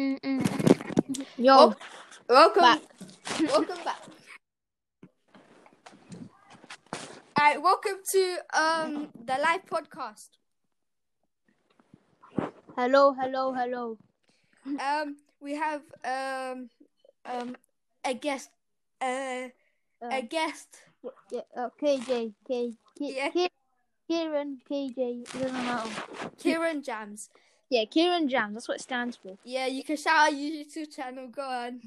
Mm-mm. Yo, Oh, Wel- welcome Back. welcome back. Alright, welcome to um the live podcast. hello, hello, hello. Um we have um um a guest uh a Um, guest yeah, uh, KJ, K, K, Yeah. K, Kieran, KJ, it doesn't matter. Kieran Jams. Yeah, Kieran Jams, that's what it stands for. Yeah, you can shout our YouTube channel, go on.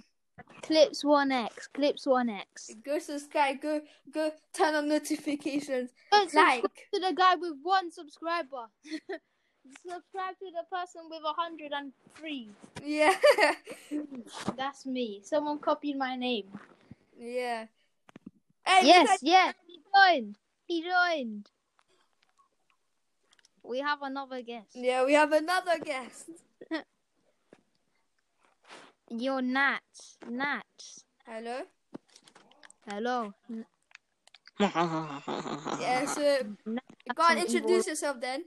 Clips 1X, Clips 1X. Go subscribe, go go turn on notifications, Don't subscribe like. to the guy with one subscriber. subscribe to the person with 103. Yeah. That's me. Someone copied my name. yeah. Hey, we yes, got- yes, he joined. He joined. We have another guest. Yeah, we have another guest. You're Nats. Nats. Hello. Hello. Yeah, so go on, introduce yourself then.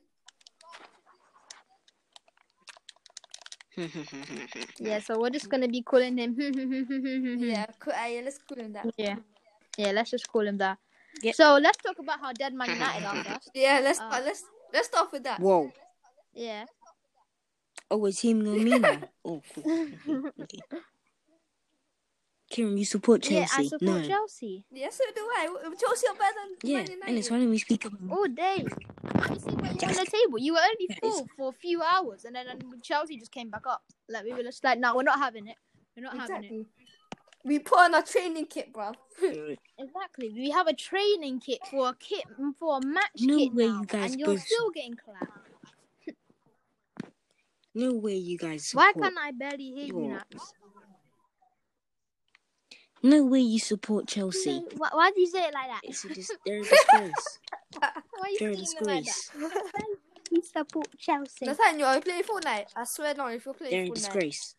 Yeah, so we're just gonna be calling him. Mm-hmm. Yeah, cool. Uh, yeah, let's cool on that. yeah, yeah. Let's just call him that. Yeah. So let's talk about how dead Man United are first. Yeah, let's Ah. Uh, let's let's start with that. Whoa. Yeah. Oh, it's him, not me now. Oh, cool. okay. Kieran, you support Chelsea? Yeah, I support no. Chelsea Yeah, so do I. Chelsea are better than Yeah, Man and it's United. funny we speak of all day. You see, when you were on the table, you were only full for a few hours, and then and Chelsea just came back up. Like we were just like, no, we're not having it. We're not having it. Exactly. We put on our training kit, bro. Exactly. We have a training kit for a kit for a match No kit way now, you guys and you're both- still getting clapped. No way you guys Why support. can't I barely hear you now? yours. No way you support Chelsea. Why, why do you say it like that? It's a dis- they're a disgrace. Why are you They're a saying it like that? disgrace. He support Chelsea. Nathaniel, are you playing Fortnite? I swear no, if you're They're a playing Fortnite. disgrace.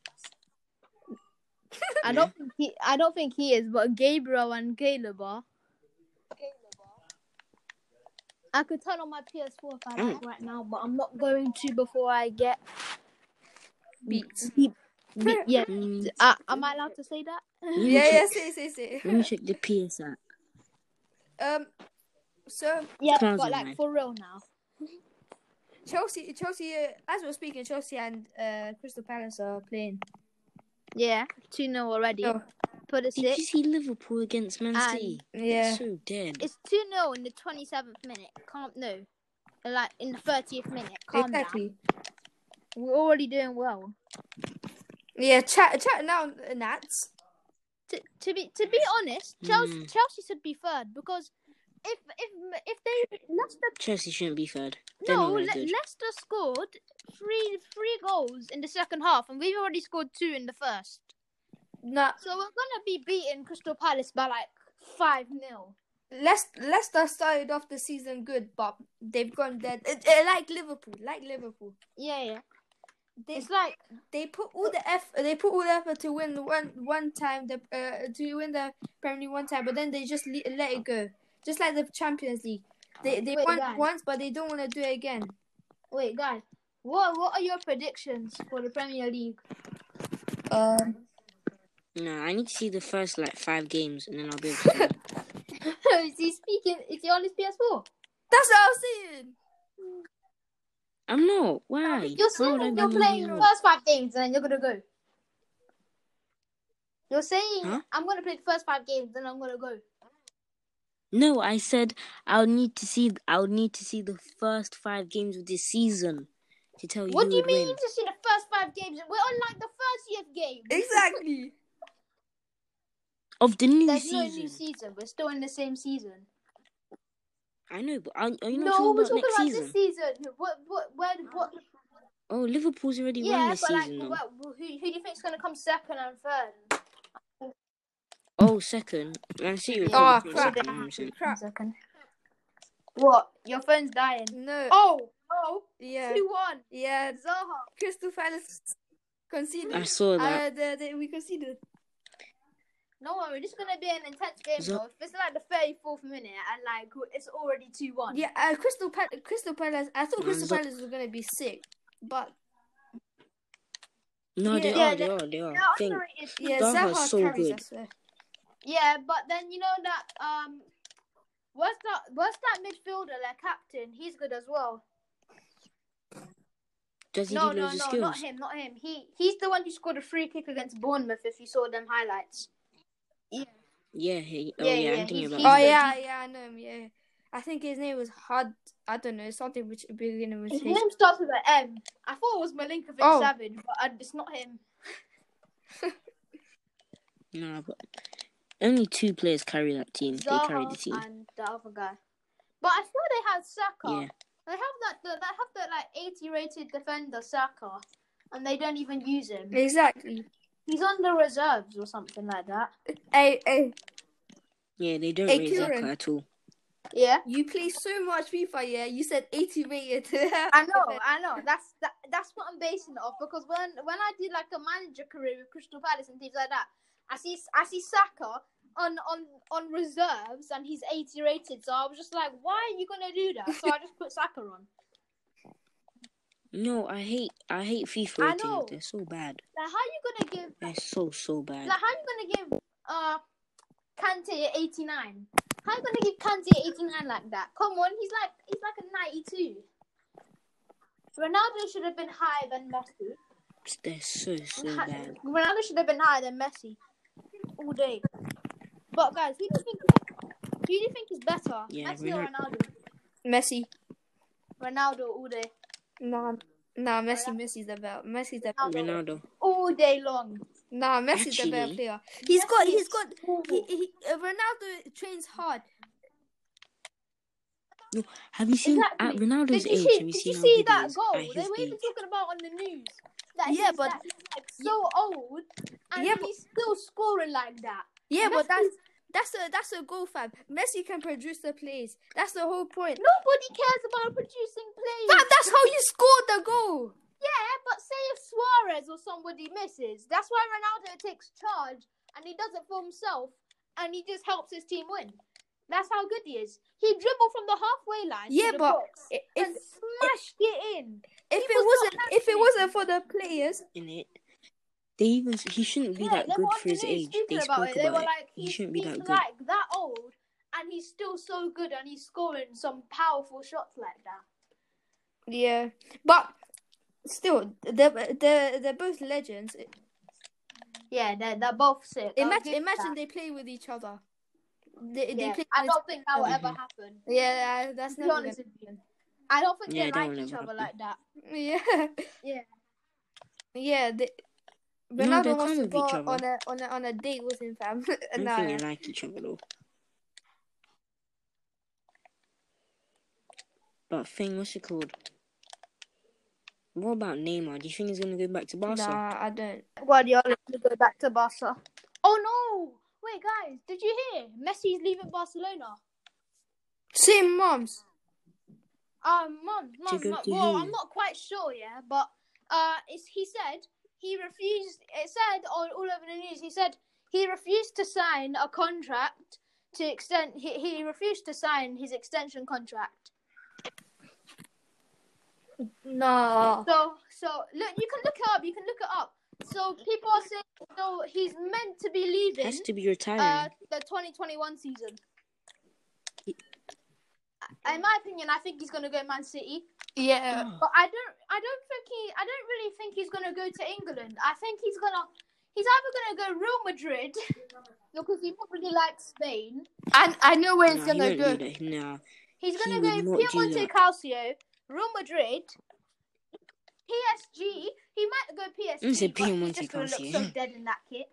I don't think he. I don't think he is, but Gabriel and Caleb are. I could turn on my PS4 if I like right now, but I'm not going to before I get Beats. beat. beat- yeah, Mm, uh, am I allowed to say that? let me Yeah, yeah, say, check- say, say. Let me check the PS app. Um, so Yeah, Clowns but are like mine. for real now. Chelsea, Chelsea, uh, as we're speaking, Chelsea and uh, Crystal Palace are playing. Yeah, two 0 already. Oh. Put it Did you six. see Liverpool against Man And- City? Yeah, So dead. Ah, It's two 0 in the twenty seventh minute. Can't no, like in the thirtieth minute. Calm exactly. down. We're already doing well. Yeah, chat, chat now, uh, Nats. to, to be to be honest, Chelsea Mm. Chelsea should be third because if if if they Leicester Chelsea shouldn't be third. They're no not Le- that good. Leicester scored three three goals in the second half and we've already scored two in the first, Nah, so we're gonna be beating Crystal Palace by like five 0 Leic- Leicester started off the season good, but they've gone dead. It, it- like Liverpool, like Liverpool, Yeah, yeah. they It's like they put all the effort, they put all the effort to win one one time the uh, to win the Premier League one time, but then they just le- let it go, just like the Champions League. They they Wait, won guys. once, but they don't want to do it again. wait, guys. What what are your predictions for the Premier League? Um, No, I need to see the first like five games and then I'll be able to. tell. is he speaking? Is he on his PS4? that's what I'm saying. I'm not. Why? You're Why would I saying you're be playing the wrong? first five games and then you're gonna go. You're saying Huh? I'm gonna play the first five games and I'm gonna go. No, I said I'll need to see. I'll need to see the first five games of this season to tell you. what who do you would mean Win. you just see the first five games? We're on like the thirtieth game. Exactly. Of the new There's season. no new season. We're still in the same season. I know, but are, are you not no, talking we're about talking next about season? this season. What? What? Where? What? Oh, Liverpool's already won Yeah, this but like, season though. what, who, who do you think's gonna come second and third? Oh, second. I see you. Oh, crap. crap. Crap. Second. What? Your phone's dying. No. Oh, oh, Yeah. two one. Yeah. Zaha. Crystal Palace I conceded. saw that. Uh, the, the, we conceded. No worry, this is gonna be an intense game So- though. If it's like the thirty fourth minute and like it's already two one. Yeah, uh, Crystal Pal- Crystal Palace. I thought Man, Crystal Zo- Palace was gonna be sick, but No, Yeah, they yeah, are. They they- are. They are. They're I think underrated. Yeah, Zaha Zaha is so carries, good. I swear. Yeah, but then you know that um, what's that? What's that midfielder? Their captain, he's good as well. does he no, give no, loads of no, skills? not him, not him. He he's the one who scored a free kick against Bournemouth. If you saw them highlights. Yeah, he, oh Yeah, yeah, yeah, I'm thinking he's- about he's Oh the- that. yeah, yeah, I know him. Yeah, I think his name was Hud. I don't know something which beginning with His H. name starts with an M. I thought it was Milinkovic Oh. Savage, but I, it's not him. No, but only two players carry that team. they carry the Zaha team. and the other guy. But I thought they had Saka. Yeah. They have that. The, they have that like eighty-rated defender Saka, and they don't even use him. Exactly. He's on the reserves or something like that. Hey, hey, Yeah, they don't Hey, rate Kieran. Zaka at all. Yeah. you play so much FIFA. Yeah, you said eighty rated. I know, I know. That's that, that's what I'm basing it off because when when I did like a manager career with Crystal Palace and things like that, I see I see Saka on on on reserves and he's 80 rated. So I was just like, why are you gonna do that? So I just put Saka on. No, I hate I hate FIFA I ratings. know. They're so bad. Like, how you gonna give? They're so so bad. Like, how you gonna give? Uh, Kante 89. How you gonna give Kante 89 like that? Come on, he's like he's like a 92. Ronaldo should have been higher than Messi. They're so so bad. Ronaldo should have been higher than Messi all day. But guys, who do you think? Who do you think is better, Yeah, Messi or Ronaldo? Messi. Ronaldo all day, Nah, nah, Messi. Messi's the best. Messi's the Oh, Ronaldo Ronaldo. all day long. nah. Messi's the better Actually- player. He's got. Messi He's is got. He, awful. he, uh, Ronaldo trains hard. Have you seen at Exactly. Did Ronaldo's you age? see? have you Did seen you how see big he that is goal? at They his were even age? talking about on the news that Yeah, he's, but- that he's like so old and Yeah, but- he's still scoring like that. Yeah, Messi- but that's that's a that's a goal, fam. Messi can produce the plays. That's the whole point. Nobody cares about producing plays. Fam, that's how you scored the goal. Yeah, but say if Suarez or somebody misses, that's why Ronaldo takes charge and he does it for himself and he just helps his team win. That's how good he is. He dribbled from the halfway line. to Yeah, the but box If and if smashed it in. he was it not wasn't if it happy. wasn't for the players, In it. They even he shouldn't be that they good were on for the his news age. speaking They about spoke it. They about were it. like, He he's, shouldn't be he's that good. like that old and he's still so good and he's scoring some powerful shots like that. yeah. But still, they're they're, they're both legends. Yeah, they're, they're both sick. I'll Imagine give you imagine that. they play with each other. They they Yeah, play. I with- don't think that will ever Mhm. happen. yeah, that's To be not. honest with you, I don't think Yeah, they that like will each never other like happen. that. Yeah. Yeah. Yeah. They, No, Ronaldo they wants can't to with go each other. on a on a on a date with him, fam. I don't Nah. think they like each other though. But thing, what's it called? What about Neymar? Do you think he's gonna go back to Barca? Nah, I don't. Guardiola to go back to Barca. Oh no! Wait, guys, did you hear? Messi's leaving Barcelona. Same moms. Um, mum, mum, go mum. to Well, who? I'm not quite sure, yeah, but uh, it's, he said he refused. It said all, all over the news. He said he refused to sign a contract to extend. He, he refused to sign his extension contract. No. So, so look, you can look it up. You can look it up. So people are saying so he's meant to be leaving. Has to be retiring. uh, the 2021 season. In my opinion, I think he's gonna go Man City, Yeah. but I don't. I don't think he. I don't really think he's gonna go to England. I think he's gonna. He's either gonna go Real Madrid because he probably likes Spain. I I know where it's nah, gonna he go. won't do that. Nah, He's He gonna would go not do Piemonte that. Calcio, Real Madrid, PSG. He might go PSG. He said but he's Piemonte just gonna look Calcio. so dead in that kit.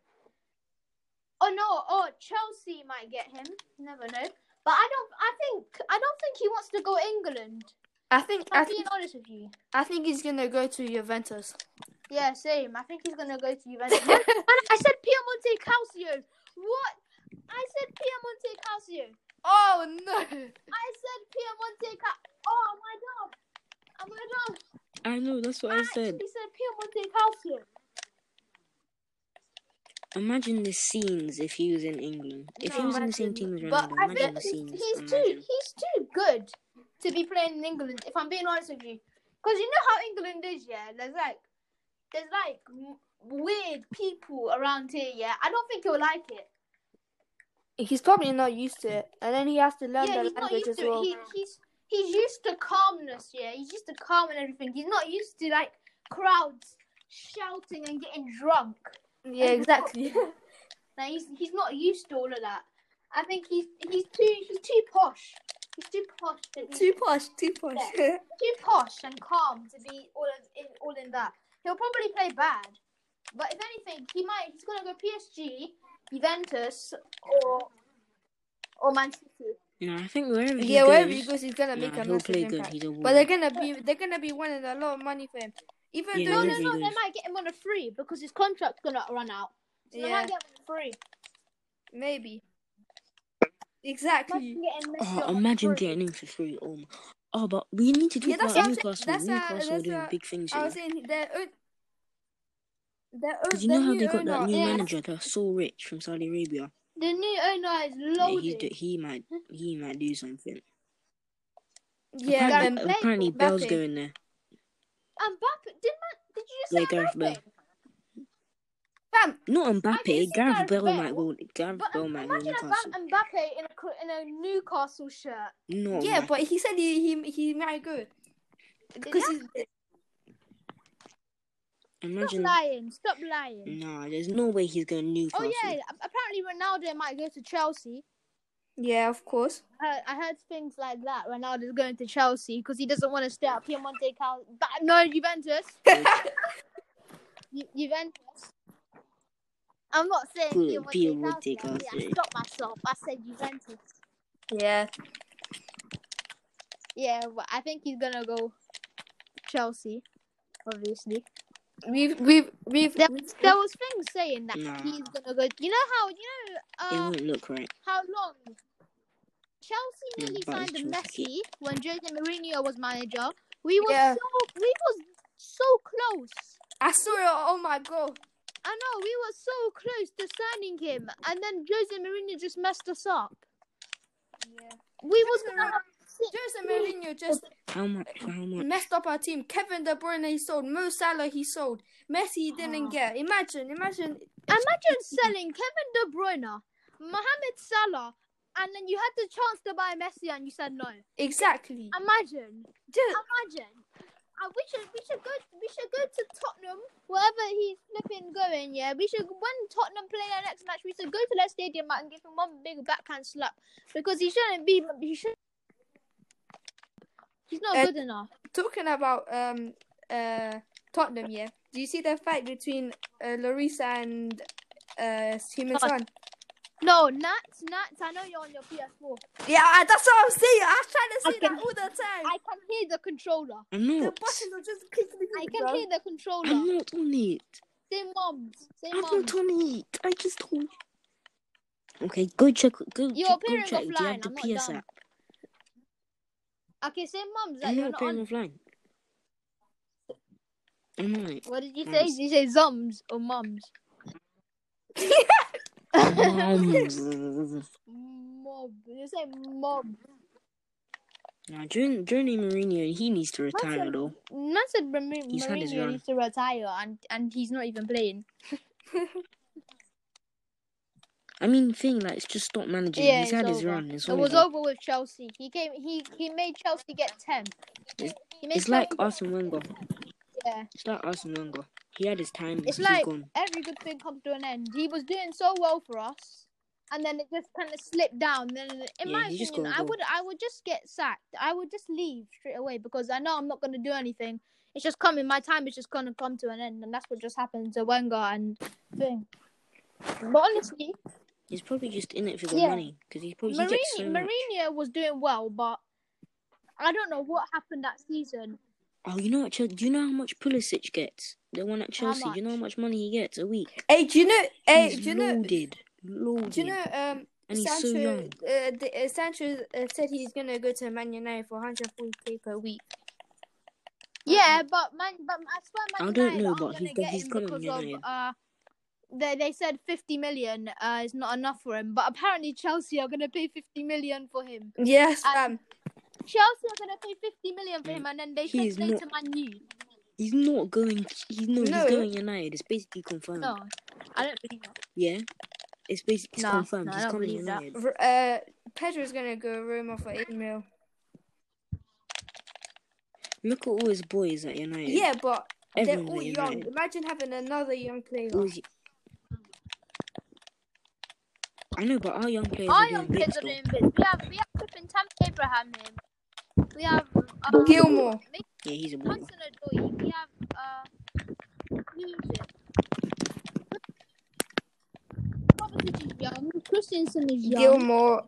Oh no! Oh, Chelsea might get him. Never know. But I don't. I think. I don't think he wants to go England. I If think I I'm being think honest with you. I think he's gonna go to Juventus. Yeah, same. I think he's gonna go to Juventus. and I said Piemonte Calcio. What? I said Piemonte Calcio. Oh no! I said Piemonte Calcio. Oh my god! Oh my god! I know. That's what I said. He said Piemonte Calcio. Imagine the scenes if he was in England. If he No, was in the same imagine. team as Ronaldo, But I I imagine think the he's, scenes. he's too imagine. he's too good to be playing in England. If I'm being honest with you, because you know how England is, yeah. There's like there's like m- weird people around here. Yeah, I don't think he'll like it. He's probably not used to it, and then he has to learn yeah, the he's not language used as to well. it. He, he's he's used to calmness. Yeah, he's used to calm and everything. He's not used to like crowds shouting and getting drunk. Yeah, exactly. Like he's he's not used to all of that. I think he's he's too he's too posh. He's too posh. To be, too posh, too posh. too posh and calm to be all of, in all in that. He'll probably play bad, but if anything, he might. He's gonna go PSG, Juventus, or or Man City. No, I think wherever he yeah, goes, wherever he goes, he's gonna make nah, a he'll massive play good. impact. He's a But they're winner. gonna be they're gonna be wanting a lot of money for him, even Yeah, No, though. he no, is, no. he They is. might get him on a free because his contract's gonna run out. So They Yeah. might get him on a free. Maybe. Exactly. Imagine getting Messi Oh, on a imagine free. getting him for free. Oh, my- oh, but we need to talk Yeah, that's what about I'm Newcastle. saying. That's what- Newcastle are that's doing what big things. I You know? was saying their own. Their own. Because you know their how new they got owner- that new yeah. manager that's so rich from Saudi Arabia. The new owner is Yeah, he's loaded. do, he might he might do something. Yeah, apparently, um, Gareth Bale, apparently Bell's Mbappe. going there. and Mbappe, did man? Did you just say Yeah, Gareth Mbappe? Bale. fam, Not I didn't Mbappe. see Gareth Gareth Bale Bale, might go. Gareth But Bale um, might go imagine a Newcastle. Bam- Mbappe in a cr- in a Newcastle shirt. No, yeah, man. but he said he he, he might go because imagine. Stop lying! Stop lying! Nah, there's no way he's going Oh Newcastle. yeah, a- apparently Ronaldo might go to Chelsea. yeah, of course. I heard, I heard things like that. Ronaldo's going to Chelsea because he doesn't want to stay up here Monte Cal. But no, Juventus. Ju- Juventus. I'm not saying Good Piemonte Piemonte Calcio. I Calcio. stopped myself. I said Juventus. Yeah, Yeah, but I think he's gonna go Chelsea, obviously. we've we've we've There, there was things saying that Nah. he's gonna go. You know how you it know uh, won't look right. how long Chelsea Yeah, nearly but signed it's Chelsea. Messi when Jose Mourinho was manager. We were Yeah. so we was so close. I saw it. Oh my god. I know we were so close to signing him, and then Jose Mourinho just messed us up. Yeah. We was gonna have six. Jose Mourinho just How much? How much? messed up our team. Kevin De Bruyne he sold. Mo Salah he sold. Messi he didn't Oh. get. Imagine, imagine. Imagine selling Kevin De Bruyne, Mohamed Salah, and then you had the chance to buy Messi, and you said no. Exactly. Imagine. Just, imagine. Uh, we should we should go we should go to Tottenham wherever he's flipping going. Yeah, we should when Tottenham play their next match, we should go to their stadium and give him one big backhand slap because he shouldn't be he should. He's not Uh, good enough. talking about um uh Tottenham, yeah. Do you see the fight between uh, Larissa and uh human Son. son? No, Nats, Nats. I know you're on your PS4. Yeah, I- that's what I'm saying. I was trying to say I can- that all the time. I can hear the controller. I'm the not. buttons are just clicking. I can hear the controller. I'm not on it. Say moms. Say I'm moms. not on it. I just told. Okay, go check. Go, You're check, go appearing check. Do you offline, have the I'm not PS done. app? Okay, say moms that I'm you're not not appearing on. offline. I'm not. What did you say? Did you say zoms or mums? Um, Mob. You say mob. Now, during Journey Mourinho, he needs to retire though. Man said Mar- He's had his Mourinho run. needs to retire, and and he's not even playing. I mean, thing like it's just stop managing. Yeah, He's had it's his over. run. It's It was over. over with Chelsea. He came. He he made Chelsea get ten. It's- He made It's like Chelsea- Arsene Wenger. yeah. It's like Arsene Wenger. He had his time. It's he like gone. every good thing comes to an end. He was doing so well for us, and then it just kind of slipped down. Then, in my he just opinion, gotta I go. would I would just get sacked. I would just leave straight away because I know I'm not going to do anything. It's just coming. My time is just going to come to an end, and that's what just happened to Wenger and thing. But honestly, He's probably just in it for the Yeah. money because he probably he gets so Mourinho, much. Mourinho was doing well, but I don't know what happened that season. Oh, you know what? Chel- Do you know how much Pulisic gets? The one at Chelsea. Do you know how much money he gets a week? Hey, do you know? Hey, he's do you know? loaded. Loaded. Do you know? Um, and he's Sancho, so young. uh, the, uh, Sancho uh, said he's gonna go to Man United for 140k per week. Yeah, but man, but I swear, I Man don't United know, aren't but gonna he's- get he's him coming, because you know, of yeah. uh, they they said fifty million uh is not enough for him, but apparently Chelsea are gonna pay fifty million for him. Yes, Uh, fam. Chelsea are gonna pay fifty million for him, and then they He is think they not- to Mm. Man U. He's not going. He's no, No. He's going United. It's basically confirmed. No, I don't believe that. Yeah. It's basically it's Nah, confirmed. nah, I he's don't coming believe that. United. R- Uh, Pedro's gonna go Roma for eight mil. Look at all his boys at United. Yeah, but Everyone they're all at young. United. Imagine having another young player. All y- I know, but our young players Our are young doing kids bits. are though. doing bits. We have we have flipping Tam Abraham here. We have uh, Gilmore. Mason Yeah, he's a baller. Hudson Odoi. We have uh, who's it? Kovacic is young. Christensen is young. Uh, Gilmore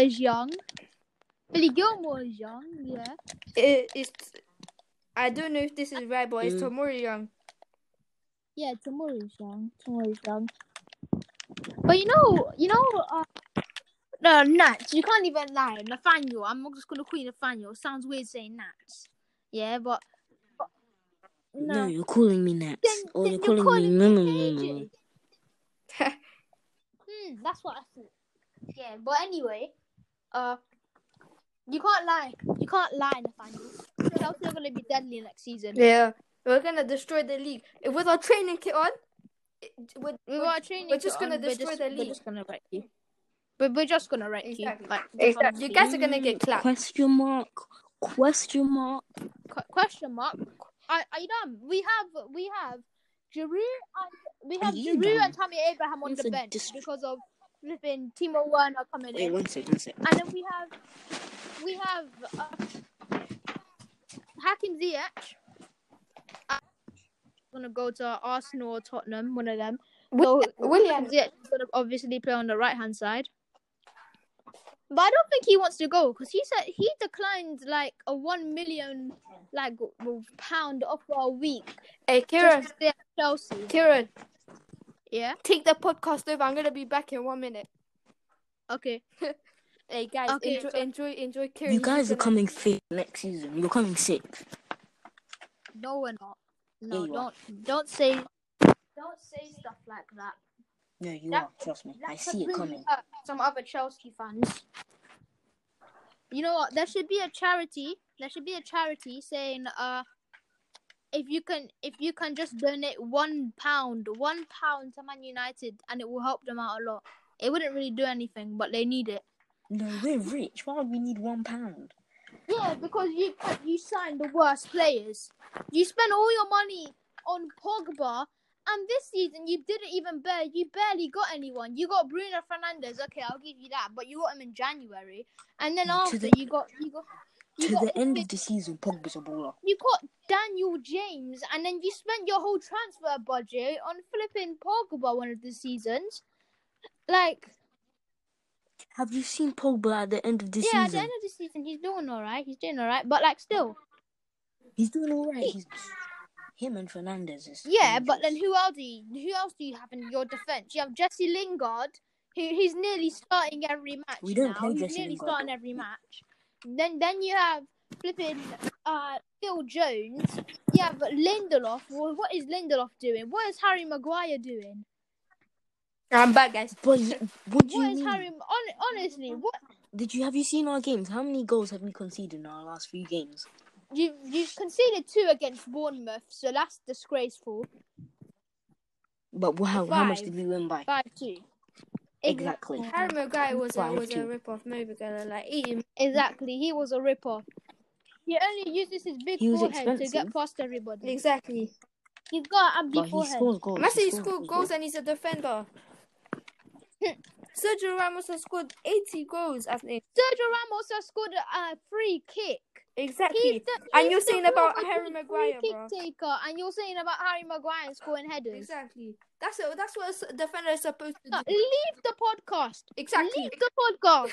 is young. Billy Gilmore is young. Yeah. i- is. I don't know if this is right, but it's Mm. Tomori Young. Yeah, tomorrow is young. Tomorrow is young. But you know, you know, uh, no, Nats, you can't even lie. Nathaniel, I'm just gonna call you Nathaniel. Sounds weird saying Nats. Yeah, but, but- No, no. you're calling me Nats. Then- or then you're calling, me. No, no, no, no, Mm. no. KJ. Hmm, that's what I thought. Yeah, but anyway, uh, you can't lie. You can't lie, Nathaniel. Chelsea are gonna be deadly next season. Yeah, we're gonna destroy the league with our training kit on. it- With, We've got our training we're just kit on, gonna destroy just- the We're league. just gonna wreck you. But we're just gonna wreck Exactly. you. Like, Exactly. You guys are gonna get clapped. Question mark. Question mark. Qu- question mark. I I dumb. We have we have Giroud and we Are have you Giroud dumb? and Tommy Abraham on It's the a bench dis- because of flipping Timo Werner coming Wait, in, one sec, one sec. and then we have we have uh, Hakim Ziyech. Uh, Gonna go to Arsenal or Tottenham, one of them. So William, Hakim Ziyech is gonna obviously play on the right hand side, but I don't think he wants to go because he said he declined like a one million like w- pound offer a week hey Kieran, just to stay at Chelsea. Kieran, Yeah. take the podcast over. I'm gonna be back in one minute. Okay. Hey guys, Okay, enjoy, so- enjoy, enjoy, Kieran. You guys are He's gonna- coming fifth next season. You're coming sixth. No, we're not. No, Yeah, you are. don't don't say don't say stuff like that. No, you That- are. Trust me. I That see could it really coming. hurt Some other Chelsea fans. You know what? There should be a charity. There should be a charity saying, uh, if you can, if you can just donate one pound, one pound to Man United, and it will help them out a lot. It wouldn't really do anything, but they need it. No, we're rich. Why would we need one pound? Yeah, because you you signed the worst players. You spent all your money on Pogba, and this season you didn't even bear. You barely got anyone. You got Bruno Fernandez. Okay, I'll give you that, but you got him in January, and then To after the- you got you got you To got the end of the season, Pogba's a baller. you got Daniel James, and then you spent your whole transfer budget on flipping Pogba one of the seasons. Like, Have you seen Pogba at the end of the yeah, at the season? end of the season he's doing all right. He's doing all right, but like still. He's doing all right. He's him and Fernandez. Is Yeah, but then dangerous. who else do you, who else do you have in your defense? You have Jesse Lingard, who he's nearly starting every match We don't now. play he's Jesse nearly Lingard, starting though. every match. Then then you have flipping uh Phil Jones. You have Lindelof. Well, what is Lindelof doing? What is Harry Maguire doing? I'm back, guys. But you- what do you What is mean? Harry? Hon- honestly, what Did you have you seen our games? How many goals have we conceded in our last few games? you you conceded two against Bournemouth, so that's disgraceful. But how how much Five. did we win by? Five two. Exactly. Harry Maguire was a Five, was a two. rip off movie gonna like eat him. Exactly, he was a rip-off. He only uses his big He was forehead to expensive. get past everybody. Exactly. He's got a But big he forehead. scores Oh, goals. Messi he scores scored goals and he's a defender. Sergio Ramos has scored 80 goals, I think. Sergio Ramos has scored a free kick. He's Exactly. the, And he's you're the saying about forward Harry who's a Maguire, free kick bro. taker, and you're saying about Harry Maguire scoring headers. Exactly. That's a, that's what a s- defender is supposed to No, do. leave the podcast. Exactly. Leave the podcast.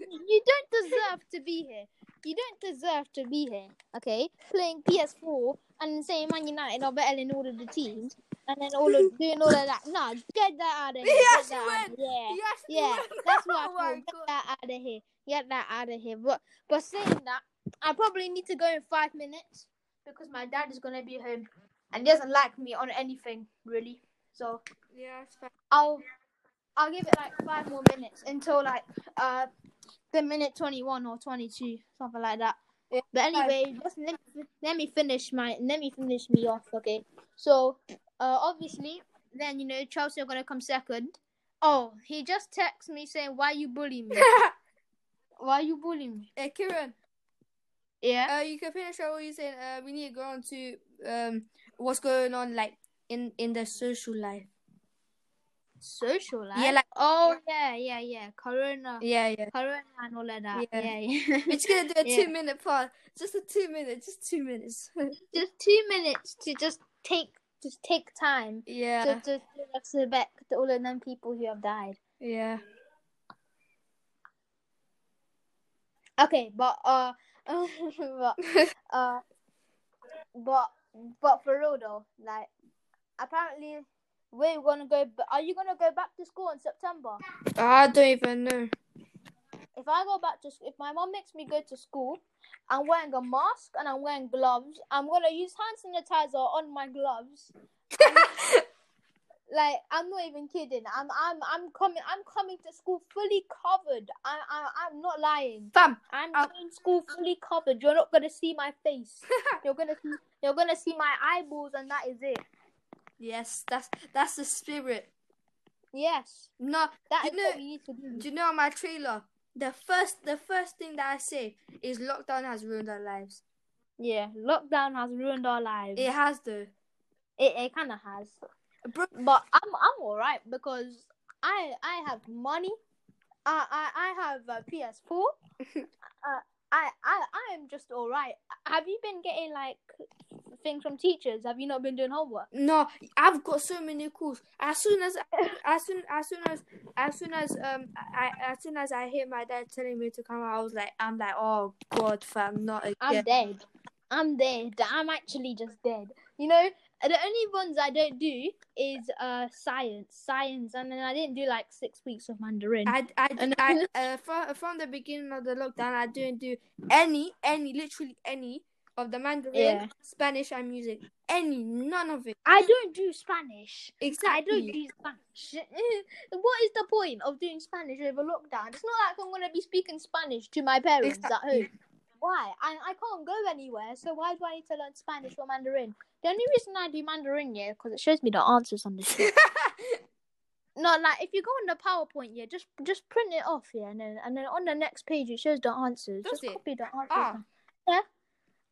you don't deserve to be here. You don't deserve to be here. Okay, playing PS4 and saying Man United are better than all of the teams, and then all of doing all of that. Nah, get that out of here. Yes, get that out of- yeah. Yes, Yeah, you- that's what I Oh feel. my Get god. that out of here. Get that out of here. But but saying that, I probably need to go in five minutes because my dad is gonna be home, and he doesn't like me on anything really. So Yeah, it's fine. I'll I'll give it like five more minutes until like uh the minute twenty one or twenty two, something like that. Yeah, But anyway, just let me, let me finish my let me finish me off, okay? So, uh, obviously, then you know Chelsea are gonna come second. Oh, he just texts me saying, "Why you bullying me? Why you bullying me?" Uh, Kieran, Yeah. uh, you can finish what you saying. Uh, we need to go on to um, what's going on like in in the social life. Social life. Yeah, like- oh yeah, yeah, yeah. Corona, Yeah, yeah. Corona, and all of that. Yeah. Yeah, yeah. We're just gonna do a Yeah. two minute part. Just a two minute. Just two minutes. just two minutes to just take just take time to yeah, to, to respect all of them people who have died. yeah. Okay, but uh, but uh, but but for real though, like apparently we're gonna go. But are you gonna go back to school in September? I don't even know. If I go back to school, if my mom makes me go to school, I'm wearing a mask and I'm wearing gloves. I'm gonna use hand sanitizer on my gloves. like I'm not even kidding. I'm I'm I'm coming. I'm coming to school fully covered. I I I'm not lying. Bam. I'm I'll- in school fully covered. You're not gonna see my face. you're gonna see, you're gonna see my eyeballs, and that is it. Yes, that's that's the spirit. Yes, No, that You is know- what we need to do. do you know on my trailer? The first the first thing that I say is lockdown has ruined our lives. Yeah, lockdown has ruined our lives. It has though. it, it kind of has. Bro- But I'm I'm alright because I I have money. I I, I have a PS4. uh, I I I am just alright. Have you been getting like things from teachers? Have you not been doing homework? No, I've got so many calls. As soon as, as soon, as soon as, as soon as, um, I, I- as soon as I hear my dad telling me to come out, I was like, I'm like, oh god, fam, not I'm again. dead. I'm dead. I'm actually just dead. You know, the only ones I don't do is uh science, science, and then I didn't do like six weeks of Mandarin. I, I, And- I, uh, from, from the beginning of the lockdown, I didn't do any, any, literally any of the Mandarin, Yeah. Spanish, and music. Any, none of it. I don't do Spanish. I Exactly. don't do Spanish. what is the point of doing Spanish over lockdown? It's not like I'm gonna be speaking Spanish to my parents at Exactly. home. Why? I, I can't go anywhere, so why do I need to learn Spanish or Mandarin? The only reason I do Mandarin, yeah, because it shows me the answers on the sheet. No, like if you go on the PowerPoint, yeah, just just print it off, yeah, and then and then on the next page it shows the answers. Does just it? copy the answers. Ah. down. Yeah,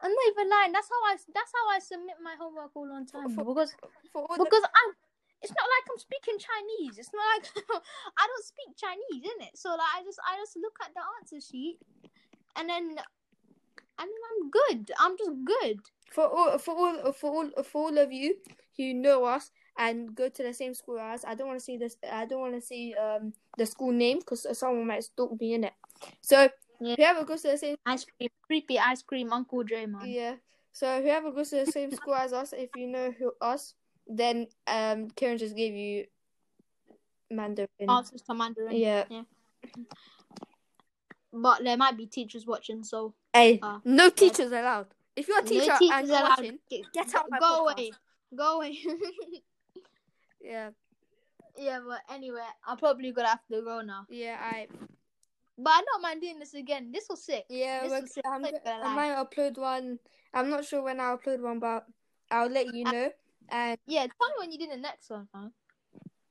I'm not even lying. That's how I that's how I submit my homework all on time For- because For all the because I'm. It's not like I'm speaking Chinese. It's not like I don't speak Chinese, in it. So like I just I just look at the answer sheet, and then I mean I'm good. I'm just good. for all for all for all for all of you who know us and go to the same school as us, I don't want to see this. I don't want to see um the school name because someone might stalk me in it. So Yeah. whoever goes to the same Ice cream, creepy ice cream, Uncle J man. yeah. So whoever goes to the same school as us, if you know who us, then um Karen just gave you Mandarin. Answers to Mandarin. yeah. But there might be teachers watching, so Hey, Ah. no teachers allowed. If you're a teacher no and teachers you're allowed. watching, uh, Get, get out my go podcast. away. Go away. yeah, yeah, but anyway, I'm probably gonna have to go now. yeah, I. But I don't mind doing this again. This was sick. Yeah, This we're, was it. I'm, Click go- the I might upload one. I'm not sure when I'll upload one, but I'll let you know. And Yeah, tell me when you did the next one, man.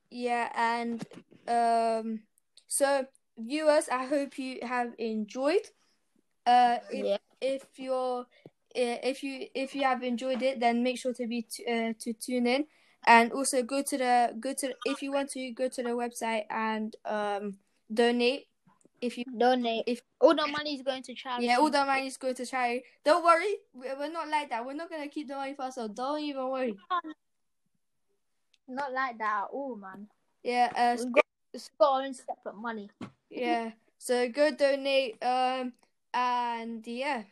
yeah, and um, so viewers, I hope you have enjoyed. Uh, if, Yeah. if you're eh, if you if you have enjoyed it, then make sure to be t- uh, to tune in, and also go to the go to if you want to go to the website and um donate if you Donate. If- all the money is going to charity. Yeah, all the money is going to charity. Don't worry, we- we're not like that. We're not gonna keep the money for ourselves. Don't even worry. Not like that at all, man. Yeah, uh, s- We've got, we've got our own separate money. yeah. So go donate. Um, and yeah,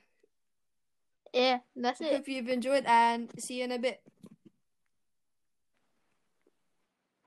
Yeah, that's it. hope you've enjoyed, and see you in a bit.